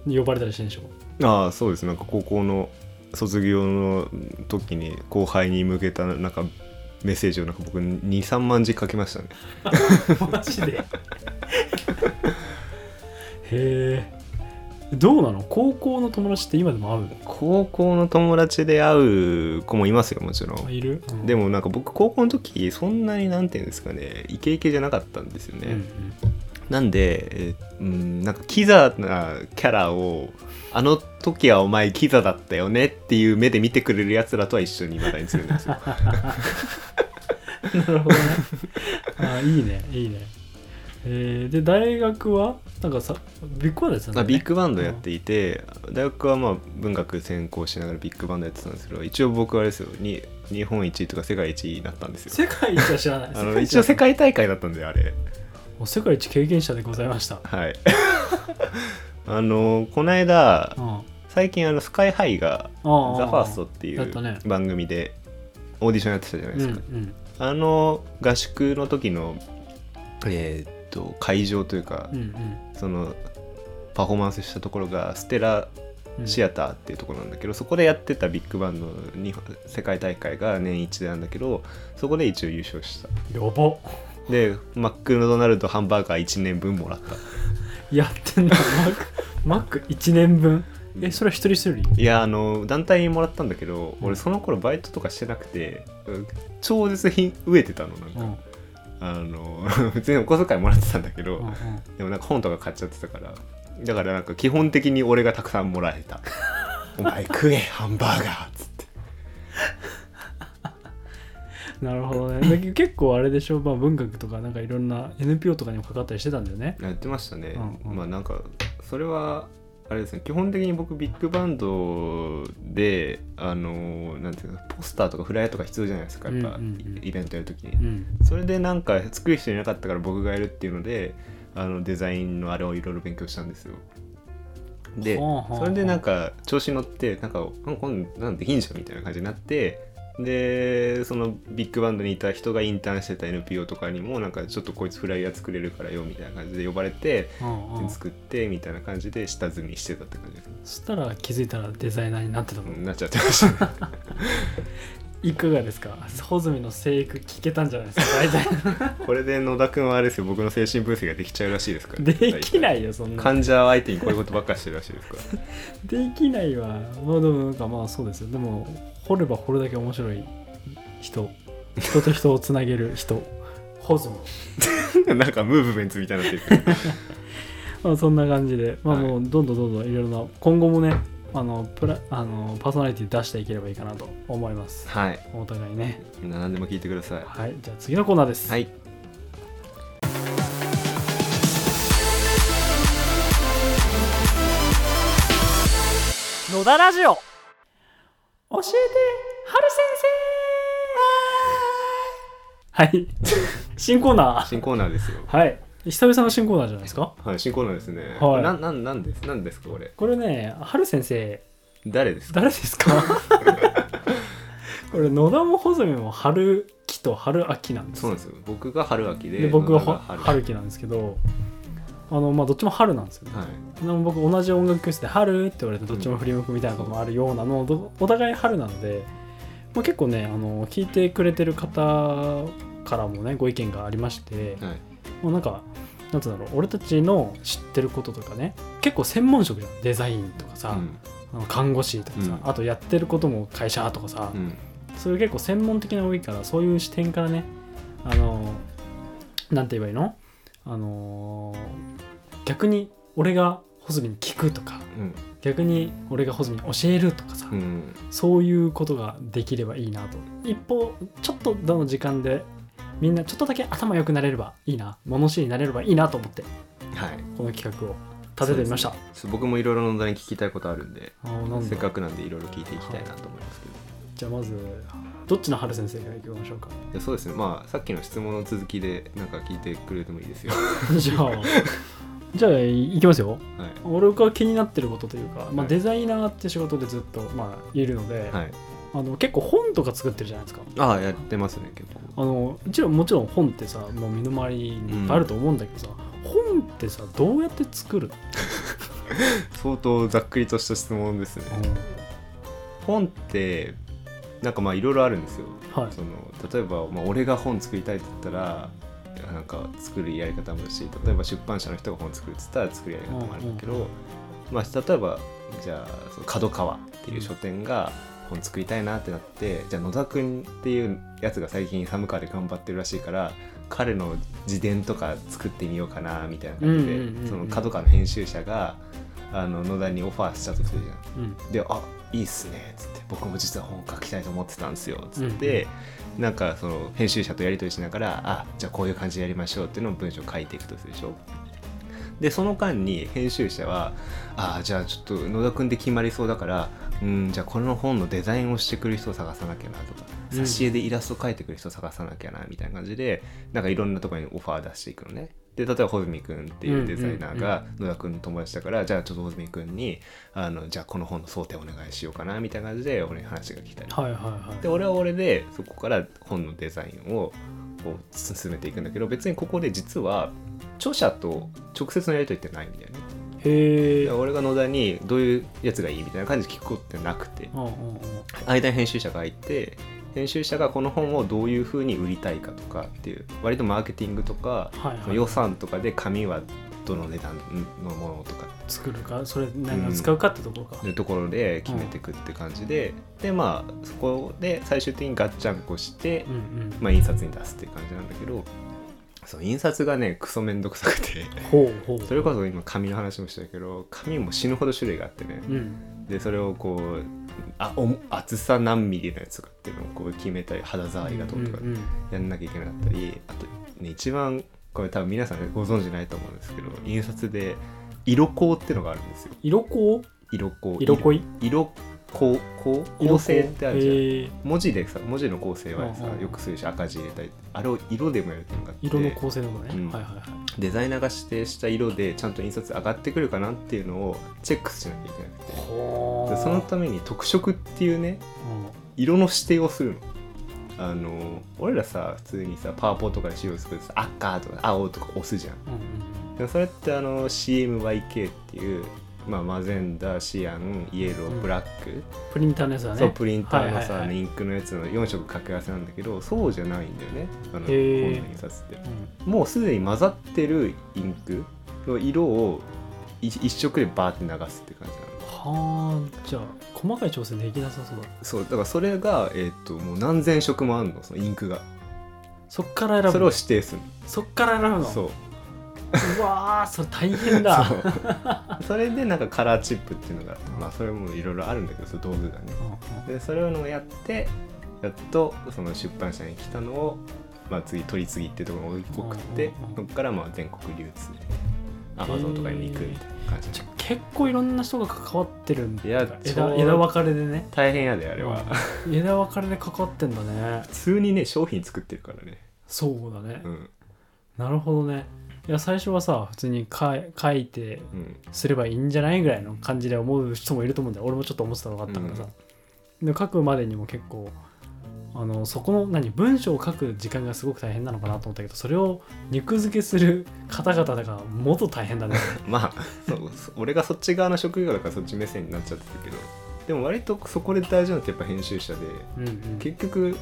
Speaker 1: 呼ばれたりしてんでしょ
Speaker 2: ああそうですなんか高校の卒業の時に後輩に向けたなんかメッセージをなんか僕23万字書きましたね
Speaker 1: マジでへえどうなの高校の友達って今でも会
Speaker 2: 高校の友達で会う子もいますよもちろ
Speaker 1: うんいる、
Speaker 2: で
Speaker 1: も
Speaker 2: もなんか僕高校の時そんなになんていうんですかねイケイケじゃなかったんですよね、
Speaker 1: うん
Speaker 2: なんで、えーうん、なんかキザなキャラをあの時はお前キザだったよねっていう目で見てくれるやつらとは一緒にいまだにする んですよ
Speaker 1: うん、なるほどねあいいねいいねえー、で大学はなんかさビッグワンでやってたんだ
Speaker 2: まあ
Speaker 1: よね
Speaker 2: ビッグバンドやっていて大学はまあ文学専攻しながらビッグバンドやってたんですけど一応僕はあれですよに日本一とか世界一になったんですよ
Speaker 1: 世界一は知らない
Speaker 2: あ
Speaker 1: 世
Speaker 2: の
Speaker 1: 界一
Speaker 2: 一応
Speaker 1: は知
Speaker 2: 世
Speaker 1: らない
Speaker 2: 界大会だったんであれ
Speaker 1: もう世界一経験者でございました
Speaker 2: はい あのこの間
Speaker 1: うんあ
Speaker 2: 最近あのスカイハイが「ザ・
Speaker 1: あ
Speaker 2: ファーストってい
Speaker 1: やったね
Speaker 2: う番組でオーディションやってたじゃないで
Speaker 1: う
Speaker 2: す
Speaker 1: んう
Speaker 2: か、
Speaker 1: ん
Speaker 2: あの合宿の時のえーっと会場というか、
Speaker 1: うんうん
Speaker 2: そのパフォーマンスしたところがステラ
Speaker 1: うん
Speaker 2: シアターっていうところなんだけど、そこでやってたビッグバンドの日本世界大会が年一でなんだけどそこで一応優勝した
Speaker 1: やば
Speaker 2: でマックドナルドハンバーガー1年分もらった
Speaker 1: やってんだマックマック1年分えそれは一人一人
Speaker 2: いやあの団体にもらったんだけど、
Speaker 1: うん
Speaker 2: 俺その頃バイトとかしてなくてうん超絶品飢えてたのなんか、
Speaker 1: うんうん
Speaker 2: あの 普通にお小遣いもらってたんだけど、
Speaker 1: うん
Speaker 2: でもなんか本とか買っちゃってたからだからなんか基本的に俺がたくさんもら えた「お前食えハンバーガー」っつって
Speaker 1: なるほど ねだけど結構あれでしょ、まあ、文学とかなんかいろんな NPO とかにもかかったりしてたんだよね
Speaker 2: やってましたね、
Speaker 1: うんうん
Speaker 2: まあなんかそれはあれですね基本的に僕ビッグバンドであのなんていうのポスターとかフライヤーとか必要じゃないですかやっぱ、
Speaker 1: うんうんうん
Speaker 2: イベントやるときに、
Speaker 1: うん
Speaker 2: それでなんか作る人いなかったから僕がやるっていうのであのデザインのあれをいろいろ勉強したんですよで
Speaker 1: ほうほうほう
Speaker 2: それでなんか調子乗ってなんかうんこんなんできんじゃんみたいな感じになってでそのビッグバンドにいた人がインターンしてた NPO とかにもなんかちょっとこいつフライヤー作れるからよみたいな感じで呼ばれて
Speaker 1: うんうん、
Speaker 2: 作ってみたいな感じで下積みしてたって感じですね、
Speaker 1: そしたら気づいたらデザイナーになってたもん、
Speaker 2: なっちゃってま したね
Speaker 1: いかがですか穂積の生育聞けたんじゃないですか大体
Speaker 2: これで野田君はあれですよ僕の精神分析ができちゃうらしいですから
Speaker 1: できないいよそんな
Speaker 2: 患者相手にこういうことばっかしてるらしいですから
Speaker 1: できないわまあでもなんかまあそうですよでも掘れば掘るだけ面白い人人と人をつなげる人ホズム、
Speaker 2: なんかムーブメントみたいになってるけど
Speaker 1: まあ、そんな感じでまあ
Speaker 2: はい
Speaker 1: もうどんどんどんどんいろいろな今後もねあのプラあのパーソナリティ出していければいいかなと思います
Speaker 2: はい
Speaker 1: お互いね
Speaker 2: みんな何でも聞いてください
Speaker 1: はいじゃあ次のコーナーです、
Speaker 2: はい
Speaker 1: 野田ラジオ教えて春先生はい新コーナー
Speaker 2: 新コーナーですよ
Speaker 1: はい久々の新コーナーじゃないですか
Speaker 2: はい、新コーナーですね。
Speaker 1: はい
Speaker 2: ななんなんですなんですかこれ。
Speaker 1: これね春先生
Speaker 2: 誰ですか。
Speaker 1: 誰です かこれ野田も穂積も春木と春秋なんです
Speaker 2: そう
Speaker 1: よ
Speaker 2: なんですよ。僕が春秋で、
Speaker 1: で僕は
Speaker 2: 野田
Speaker 1: ほ春木なんですけどあのまあどっちも春なんですよね
Speaker 2: はい。
Speaker 1: でも僕同じ音楽教室で「春」って言われてどっちも振り向くみたいなこともあるようなのどお互い春なので、まあ、結構ねあの聞いてくれてる方からもねご意見がありまして、
Speaker 2: はい。
Speaker 1: もうなんかなんつうんだろう俺たちの知ってることとかね結構専門職じゃんデザインとかさ、
Speaker 2: うん
Speaker 1: あの看護師とかさ、
Speaker 2: うん
Speaker 1: あとやってることも会社とかさ、
Speaker 2: うん。
Speaker 1: そういう結構専門的な多いからそういう視点からねあのなんて言えばいいのあの逆に俺がホズミに聞くとか
Speaker 2: うん。
Speaker 1: 逆に俺がホズミに教えるとかさ、
Speaker 2: うん。
Speaker 1: そういうことができればいいなと一方ちょっとどの時間でみんなちょっとだけ頭良くなれればいいな物知りになれればいいなと思って
Speaker 2: はい。
Speaker 1: この企画を立ててみました、
Speaker 2: そうですね僕もいろいろ野田に聞きたいことあるんで、
Speaker 1: あーなんだ
Speaker 2: せっかくなんでいろいろ聞いていきたいなと思いますけど。
Speaker 1: じゃあまずどっちの春先生からいきましょうか
Speaker 2: いやそうですね。まあさっきの質問の続きでなんか聞いてくれてもいいですよ。
Speaker 1: じゃあ じゃあいきますよ
Speaker 2: はい。
Speaker 1: 俺が気になってることというか、ま
Speaker 2: は
Speaker 1: あ、
Speaker 2: い
Speaker 1: デザイナーって仕事でずっと、まあ、いるので、
Speaker 2: はい。
Speaker 1: あの結構本とか作ってるじゃないですか
Speaker 2: ああやってますね結構。
Speaker 1: あのうちろんもちろん本ってさもう身の回りにいっぱいあると思うんだけどさ、本ってさどうやって作るの、
Speaker 2: 相当ざっくりとした質問ですね。本ってなんかまあいろいろあるんですよ。
Speaker 1: はい
Speaker 2: その例えば、まあ、俺が本作りたいって言ったらなんか作るやり方もあるし例えば出版社の人が本作るって言ったら作るやり方もあるんだけど、
Speaker 1: うんうん
Speaker 2: まあ、例えばじゃあその角川っていう書店が本作りたいなってなってじゃあ野田君っていうやつが最近寒川で頑張ってるらしいから彼の自伝とか作ってみようかなみたいな感じで、
Speaker 1: うんうんうんうん
Speaker 2: その角川の編集者があの野田にオファーしたとするじゃん。
Speaker 1: うん
Speaker 2: で「あいいっすね」っつって「僕も実は本書きたいと思ってたんですよ」っつって、なんかその編集者とやり取りしながら「あじゃあこういう感じでやりましょう」っていうのを文章を書いていくとするでしょ。でその間に編集者は「あじゃあちょっと野田君で決まりそうだからうんじゃあこの本のデザインをしてくる人を探さなきゃな」とか「
Speaker 1: うん
Speaker 2: 挿絵でイラスト描いてくる人を探さなきゃな」みたいな感じでなんかいろんなところにオファー出していくのね。で例えば穂積君っていうデザイナーが野田君の友達だから、じゃあちょっと穂積君にあのじゃあこの本の想定お願いしようかなみたいな感じで俺に話が来たり
Speaker 1: はいはいはい
Speaker 2: で俺は俺でそこから本のデザインをこう進めていくんだけど別にここで実は著者と直接のやり取りってないんだよね
Speaker 1: へえ
Speaker 2: で俺が野田にどういうやつがいいみたいな感じで聞くことってなくて
Speaker 1: うんうんうん
Speaker 2: 間に編集者がいて編集者がこの本をどういうふうに売りたいかとかっていう割とマーケティングとか、
Speaker 1: はいはい
Speaker 2: 予算とかで紙はどの値段のものとか
Speaker 1: 作るかそれ何を使うかってところか、
Speaker 2: いうところで決めていくって感じで、でまあそこで最終的にガッチャンコして、
Speaker 1: うん、うん
Speaker 2: まあ、印刷に出すっていう感じなんだけどそう印刷がねクソめんどくさ くて
Speaker 1: ほうほう
Speaker 2: それこそ今紙の話もしたけど紙も死ぬほど種類があってね、
Speaker 1: うん
Speaker 2: でそれをこうあお厚さ何ミリのやつとかっていうのをこう決めたり肌触りがどうとか
Speaker 1: うんうん
Speaker 2: やんなきゃいけなかったりあと、ね、一番これ多分皆さんご存知ないと思うんですけど印刷で色光ってのがあるんですよ
Speaker 1: 色こ
Speaker 2: 色光
Speaker 1: 色恋
Speaker 2: 色こうこう構成ってあるじゃん、
Speaker 1: えー
Speaker 2: 文字でさ文字の構成はさ
Speaker 1: うんうん
Speaker 2: よくするし赤字入れたりあれを色でもやるっていうのがあって
Speaker 1: 色の構成のものね、
Speaker 2: うん
Speaker 1: はいはいはい
Speaker 2: デザイナーが指定した色でちゃんと印刷上がってくるかなっていうのをチェックしなきゃいけなくて
Speaker 1: ほ
Speaker 2: でそのために特色っていうね
Speaker 1: うん
Speaker 2: 色の指定をするの。あの俺らさ普通にさパワポとかで資料作ってさ赤とか青とか押すじゃん
Speaker 1: うん
Speaker 2: でもそれってあの CMYK っていう、まあ、マゼンダシアンイエロ
Speaker 1: う
Speaker 2: ー
Speaker 1: ん
Speaker 2: ブラック、
Speaker 1: プリンターのやつだね
Speaker 2: そうプリンターのさ、
Speaker 1: はいはいはい
Speaker 2: インクのやつの4色掛け合わせなんだけどそうじゃないんだよねあの
Speaker 1: へー
Speaker 2: 本の印刷って
Speaker 1: うん
Speaker 2: もうすでに混ざってるインクの色をい一色でバーって流すって感じなの
Speaker 1: はあじゃあ細かい調整できなさそうだ
Speaker 2: そうだからそれが、えーっともう何千色もあるのそのインクが
Speaker 1: そっから選ぶの
Speaker 2: それを指定する
Speaker 1: そっから選ぶ
Speaker 2: の
Speaker 1: の
Speaker 2: そう
Speaker 1: うわーそれ大変だ
Speaker 2: そうそれでなんかカラーチップっていうのがあってまあそれもいろいろあるんだけどその道具がね
Speaker 1: うんうん
Speaker 2: でそれをやってやっとその出版社に来たのを、まあ、次取り次ぎってところに送って
Speaker 1: うんうんうん
Speaker 2: そこからまあ全国流通アマゾンとかに行くみたいな感じ
Speaker 1: ちょ結構いろんな人が関わってるんだ
Speaker 2: いやちょう
Speaker 1: 枝
Speaker 2: ど
Speaker 1: 枝分かれでね
Speaker 2: 大変やであれは、
Speaker 1: うん枝分かれで関わってんだね
Speaker 2: 普通にね商品作ってるからね
Speaker 1: そうだね、
Speaker 2: うん
Speaker 1: なるほどねいや最初はさ普通に書い書いて
Speaker 2: うん
Speaker 1: すればいいんじゃないぐらいの感じで思う人もいると思うんだよ俺もちょっと思ってたのがあったからさ、で書くまでにも結構あのそこの何文章を書く時間がすごく大変なのかなと思ったけどそれを肉付けする方々がもっと大変 だね
Speaker 2: まあそうそう俺がそっち側の職業だからそっち目線になっちゃってるけどでも割とそこで大事なのってやっぱ編集者で
Speaker 1: うん、うん、
Speaker 2: 結局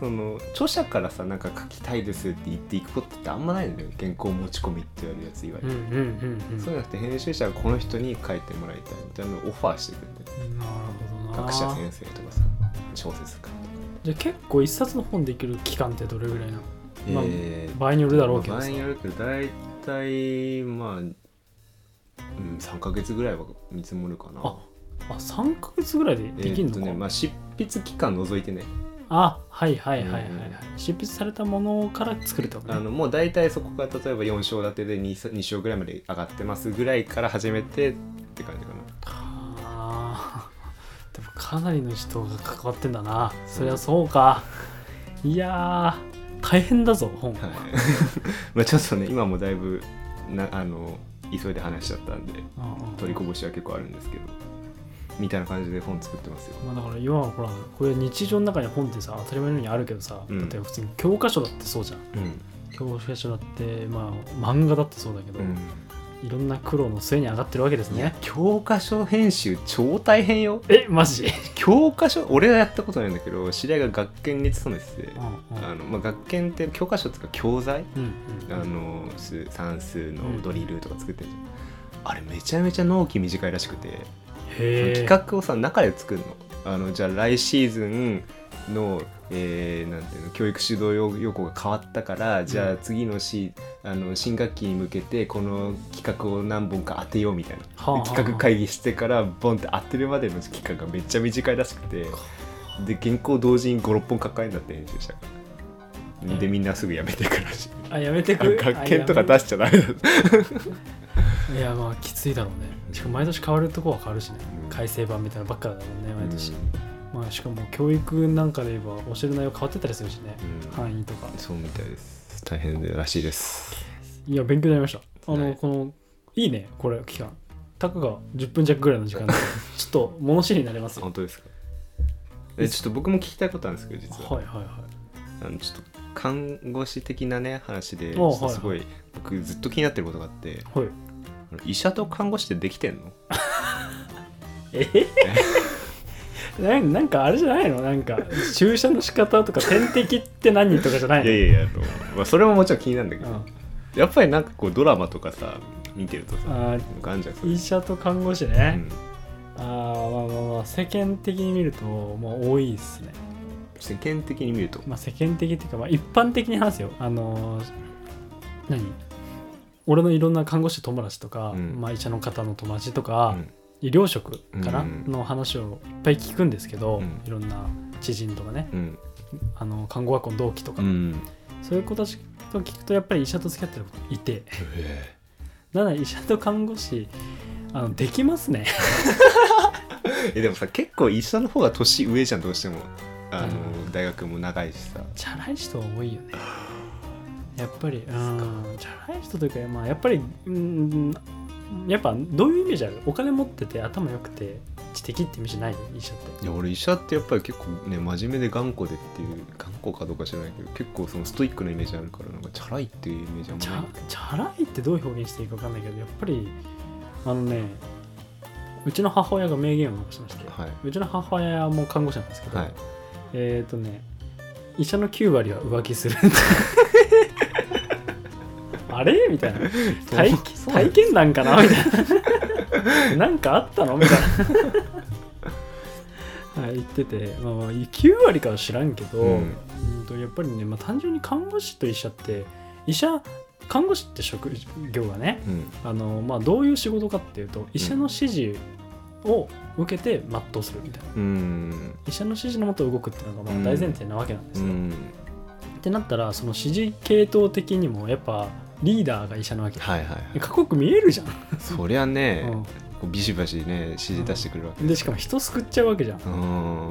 Speaker 2: その著者からさなんか書きたいですって言っていくことってあんまないんだよ原稿持ち込みって言われるやついわゆる
Speaker 1: うんうんうんうん
Speaker 2: そうじゃなくて編集者がこの人に書いてもらいたいみたいなのをオファーしてくんで
Speaker 1: なるほどな
Speaker 2: 学者先生とかさ小説家とか、
Speaker 1: じゃあ結構一冊の本できる期間ってどれぐらいなのまあ
Speaker 2: えー
Speaker 1: 場合によるだろうけ
Speaker 2: ま
Speaker 1: ど
Speaker 2: あ場
Speaker 1: さ
Speaker 2: 合によるけど大体まあ、うん、3か月ぐらいは見積もるかな
Speaker 1: ああ3ヶ月ぐらいでできるの
Speaker 2: えーっと
Speaker 1: か、
Speaker 2: ねまあ、執筆期間除いてね
Speaker 1: あはいはいはいはい、はい
Speaker 2: うんうん
Speaker 1: 執筆されたものから作るってこと
Speaker 2: あ
Speaker 1: ね
Speaker 2: のもう大体そこが例えば4章立てで 2, 二章ぐらいまで上がってますぐらいから始めてって感じかな
Speaker 1: あーでもかなりの人が関わってんだなそりゃそうかいやー大変だぞ本
Speaker 2: はい まあちょっとね今もだいぶなあの急いで話しちゃったんで
Speaker 1: うんうん
Speaker 2: 取りこぼしは結構あるんですけどみたいな感じで本作ってますよ
Speaker 1: まあだから今はほらこういう日常の中に本ってさ当たり前のようにあるけどさ、
Speaker 2: うん
Speaker 1: 例えば普通に教科書だってそうじゃん
Speaker 2: うん、
Speaker 1: 教科書だってまあ漫画だってそうだけど、いろんな苦労の末に上がってるわけです
Speaker 2: いや
Speaker 1: ね
Speaker 2: 教科書編集超大変よ
Speaker 1: えマジ、
Speaker 2: 教科書俺はやったことないんだけど知り合いが学研に勤めてて
Speaker 1: うんうん
Speaker 2: あの、まあ、学研って教科書っていうか教材
Speaker 1: うんう
Speaker 2: あ
Speaker 1: ん
Speaker 2: の数算数のドリルとか作ってるじゃん、あれめちゃめちゃ納期短いらしくて
Speaker 1: へえ
Speaker 2: 企画をさ中で作るのあのじゃあ来シーズンの,、えーなんていうの教育指導要要項が変わったから、じゃあ次のしあの新学期に向けてこの企画を何本か当てようみたいな、
Speaker 1: はあはあはあ
Speaker 2: 企画会議してからボンって当てるまでの期間がめっちゃ短いらしくてで原稿同時に56本抱えんだって編集したからでみんなすぐやめてくらしい
Speaker 1: あやめてく
Speaker 2: 学研とか出しちゃダメだ
Speaker 1: いやまあきついだろうねしかも毎年変わるとこは変わるしね、
Speaker 2: うん
Speaker 1: 改正版みたいなのばっかだもんね毎年、まあ、しかも教育なんかで言えば教える内容変わってたりするしね、
Speaker 2: うん
Speaker 1: 範囲とか
Speaker 2: そうみたいです大変らしいです
Speaker 1: いや勉強になりましたあの、
Speaker 2: はい
Speaker 1: このいいねこれ期間たかが10分弱ぐらいの時間でちょっと物知りになれますよ
Speaker 2: 本当ですかえちょっと僕も聞きたいことあるんですけど実は、
Speaker 1: はいはいは
Speaker 2: あのちょっと看護師的なね話で
Speaker 1: あ
Speaker 2: ちょっ
Speaker 1: は
Speaker 2: と
Speaker 1: い
Speaker 2: すごい、僕ずっと気になってることがあって
Speaker 1: いはい
Speaker 2: あの医者と看護師ってできてんの
Speaker 1: えななんかあれじゃないのなんか注射の仕方とか点滴って何とかじゃないの
Speaker 2: いやいやいやあの、まあ、それももちろん気になるんだけ
Speaker 1: う
Speaker 2: ど、
Speaker 1: ん
Speaker 2: やっぱりなんかこうドラマとかさ見てるとさ
Speaker 1: あ
Speaker 2: なんかあんじゃんそ
Speaker 1: ー
Speaker 2: れ
Speaker 1: 医者と看護師
Speaker 2: う
Speaker 1: ね、
Speaker 2: ん
Speaker 1: あーまあまあまあ世間的に見るともう多いですね
Speaker 2: 世間的に見ると
Speaker 1: まあ、世間的っていうか、まあ、一般的に話すよあのー何俺のいろんな看護師友達とか、
Speaker 2: うん
Speaker 1: まあ、医者の方の友達と
Speaker 2: う
Speaker 1: か、
Speaker 2: ん
Speaker 1: 医療職かな、
Speaker 2: うん
Speaker 1: の話をいっぱい聞くんですけど、
Speaker 2: うん
Speaker 1: いろんな知人とかね
Speaker 2: うん
Speaker 1: あの看護学校の同期とか、
Speaker 2: うん
Speaker 1: そういう子たちと聞くとやっぱり医者と付き合ってる子いて
Speaker 2: へ
Speaker 1: なので医者と看護師あのできますね
Speaker 2: えでもさ結構一緒の方が年上じゃんどうしてもあの大学も長いしさ
Speaker 1: チャラい人は多いよねやっぱりうんチャラい人というか、まあ、やっぱりうんやっぱどういうイメージあるお金持ってて頭良くて知的ってイメージないよ医者って
Speaker 2: いや俺医者ってやっぱり結構ね真面目で頑固でっていう頑固かどうか知らないけど結構そのストイックなイメージあるからなんかチャラいっていうイメージあん
Speaker 1: チャ
Speaker 2: まない
Speaker 1: チャラいってどう表現していいか分かんないけどやっぱりあのねうちの母親が名言を残しまして、
Speaker 2: はいう
Speaker 1: ちの母親も看護師なんですけど、
Speaker 2: はい
Speaker 1: えっ、とね医者の9割は浮気する あれみた いな体
Speaker 2: そう
Speaker 1: 体験談かなみたいな なんかあったのみたいなはい言ってて、まあ、まあ9割かは知らんけど、
Speaker 2: うん
Speaker 1: うんとやっぱりね、まあ、単純に看護師と医者って医者看護師って職業がね
Speaker 2: うん
Speaker 1: あの、まあ、どういう仕事かっていうと医者の指示を受けて全うするみたいな
Speaker 2: うん
Speaker 1: 医者の指示のもと動くっていうのがまあ大前提なわけなんで
Speaker 2: う
Speaker 1: すよ、
Speaker 2: ん
Speaker 1: ってなったらその指示系統的にもやっぱリーダーが医者なわけ
Speaker 2: はいはい はい
Speaker 1: かっこよく見えるじゃん、
Speaker 2: そりゃね、
Speaker 1: うん
Speaker 2: こうビシバシね指示出してくるわけ
Speaker 1: でしかも人救っちゃうわけじゃん
Speaker 2: うん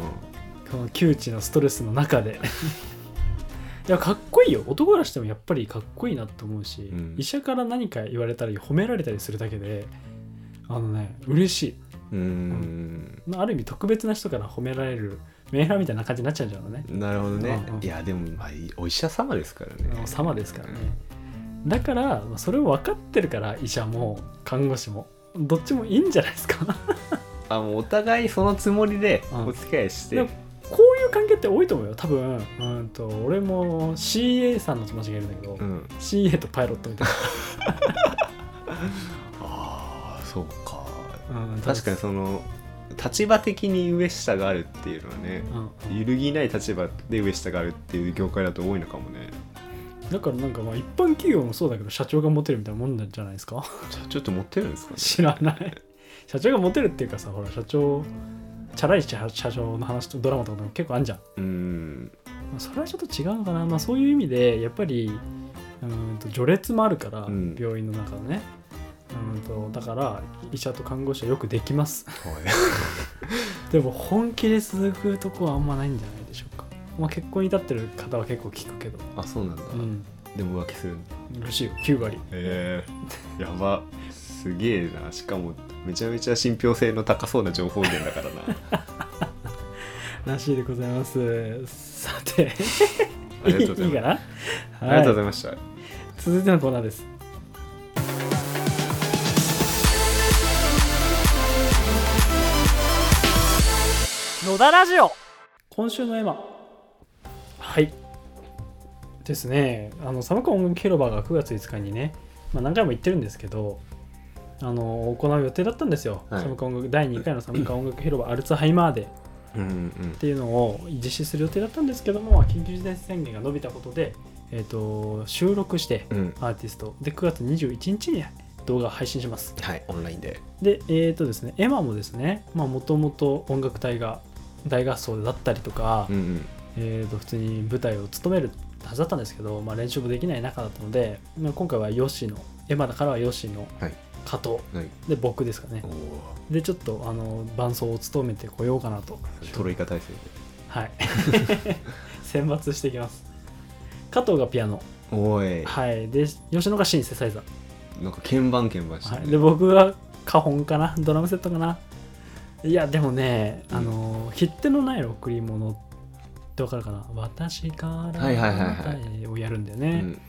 Speaker 1: この窮地のストレスの中で いやかっこいいよ男からしてもやっぱりかっこいいなと思うし、
Speaker 2: うん
Speaker 1: 医者から何か言われたり褒められたりするだけであのね嬉し
Speaker 2: うん、
Speaker 1: いある意味特別な人から褒められるメンヘラみたいな感じになっちゃうんじゃないのね、
Speaker 2: なるほどね、
Speaker 1: うんうん
Speaker 2: いやでも、まあ、いお医者様ですから
Speaker 1: あの
Speaker 2: ね
Speaker 1: 様ですからねだからまあそれを分かってるから医者も看護師もどっちもいいんじゃないですか
Speaker 2: あもうお互いそのつもりで
Speaker 1: うん
Speaker 2: お付き合いして、
Speaker 1: でもこういう関係って多いと思うよ多分うんと俺も CA さんの友達がいるんだけど、
Speaker 2: うん、
Speaker 1: CA とパイロットみたい
Speaker 2: ああそうか
Speaker 1: な、うん
Speaker 2: 確かにその立場的に上下があるっていうのはね
Speaker 1: うん
Speaker 2: 揺るぎない立場で上下があるっていう業界だと多いのかもね
Speaker 1: だからなんかまあ一般企業もそうだけど社長がモテるみたいなもんなんじゃないですか
Speaker 2: じゃあちょっと持ってるんですかね
Speaker 1: 知らない社長がモテるっていうかさほら社長チャラい社社長の話とドラマとかも結構あんじゃん、
Speaker 2: うん
Speaker 1: まあ、それはちょっと違うのかな、まあ、そういう意味でやっぱりうーんと序列もあるから、
Speaker 2: うん
Speaker 1: 病院の中のねうーんとだから医者と看護師はよくできます でも本気で続くとこはあんまないんじゃないでしょうか、まあ、結婚に至ってる方は結構聞くけど
Speaker 2: あそうなんだ、
Speaker 1: うん
Speaker 2: でも浮気するんだ
Speaker 1: らしいよ9割
Speaker 2: へえ やばすげえなしかもめちゃめちゃ信憑性の高そうな情報源だから な
Speaker 1: らしいでございます。さて、
Speaker 2: ありがとうございま す
Speaker 1: いかな、
Speaker 2: ありがとうござ
Speaker 1: はい
Speaker 2: ました、
Speaker 1: い、続いてのコーナーです。野田ラジオ今週のエマはいですねあの寒川音楽広場が9月5日にね、まあ、何回も言ってるんですけどあの行う予定だったんですよ、
Speaker 2: はい
Speaker 1: 寒川音楽第2回の寒川音楽広場アルツハイマーで
Speaker 2: うんうん
Speaker 1: っていうのを実施する予定だったんですけども緊急事態宣言が伸びたことで、えー、と収録して
Speaker 2: うん
Speaker 1: アーティストで9月21日に動画を配信します
Speaker 2: はいオンラインで
Speaker 1: でえっ、とですねエマもですねもともと音楽隊が大合奏だったりとか、
Speaker 2: うんうん
Speaker 1: えー、と普通に舞台を務めるはずだったんですけど、まあ、練習もできない中だったので、まあ、今回はヨッシーのエマだからはヨッシーの
Speaker 2: はい
Speaker 1: 加藤
Speaker 2: はい
Speaker 1: で僕ですかね
Speaker 2: おお
Speaker 1: でちょっとあの伴奏を務めてこようかなと
Speaker 2: トロイカ体制で
Speaker 1: はい。 選抜していきます。加藤がピアノ。
Speaker 2: おい
Speaker 1: はい。で、吉野がシンセサイザー。
Speaker 2: なんか鍵盤鍵盤して
Speaker 1: はい、
Speaker 2: る
Speaker 1: で、
Speaker 2: ね、
Speaker 1: 僕が花本かなドラムセットかないや、でもね、あの、切手のない贈り物ってわかるかな私から
Speaker 2: はいはいはいは
Speaker 1: あ
Speaker 2: い
Speaker 1: なたへをやるんだよ
Speaker 2: う
Speaker 1: ね。
Speaker 2: ん、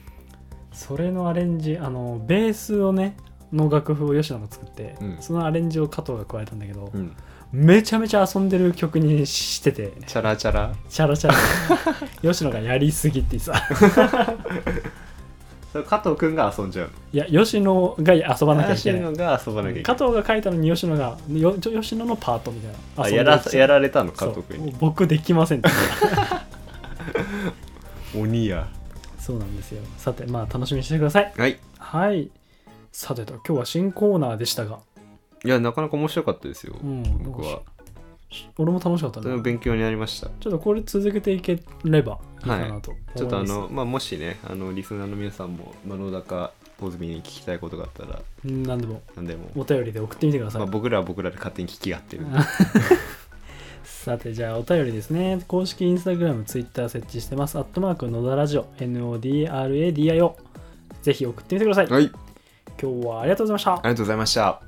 Speaker 1: それのアレンジ、あの、ベースをね、の楽譜を吉野が作って、
Speaker 2: うん
Speaker 1: そのアレンジを加藤が加えたんだけど、
Speaker 2: うん、
Speaker 1: めちゃめちゃ遊んでる曲にしてて、
Speaker 2: チャラチャラ
Speaker 1: チャラチャ ラ吉野がやりすぎってさ
Speaker 2: それ加藤くんが遊んじゃう
Speaker 1: いや吉野が遊ばなきゃいけ
Speaker 2: る
Speaker 1: な
Speaker 2: の
Speaker 1: い
Speaker 2: が遊ばなきゃいけな
Speaker 1: 加
Speaker 2: い
Speaker 1: 藤が書いたのに吉野がよちょ吉野のパートみたいな
Speaker 2: あ
Speaker 1: 遊んで
Speaker 2: やらやられたの
Speaker 1: そ
Speaker 2: 加
Speaker 1: う
Speaker 2: 藤くんに
Speaker 1: もう僕できませんって
Speaker 2: 鬼や
Speaker 1: そうなんですよさてまあ楽しみにしてください
Speaker 2: はい
Speaker 1: はいさてと今日は新コーナーでしたが
Speaker 2: いやなかなか面白かったですよ、
Speaker 1: うん
Speaker 2: 僕は
Speaker 1: 俺も楽しかった
Speaker 2: とても
Speaker 1: ね
Speaker 2: 勉強になりました
Speaker 1: ちょっとこれ続けていければいいかなと思います、
Speaker 2: ちょっとあの、まあ、もしねあのリスナーの皆さんも「まあ、野高ポズミに聞きたいことがあったら
Speaker 1: 何でも
Speaker 2: 何でも、
Speaker 1: お便りで送ってみてください
Speaker 2: まあ、、僕らは僕らで勝手に聞き合ってる
Speaker 1: さてじゃあお便りですね公式インスタグラムツイッター設置してますアットマーク野田ラジオ NODRADIO ぜひ送ってみてください、
Speaker 2: はいあり
Speaker 1: 今日はありがとうございました
Speaker 2: がとうございました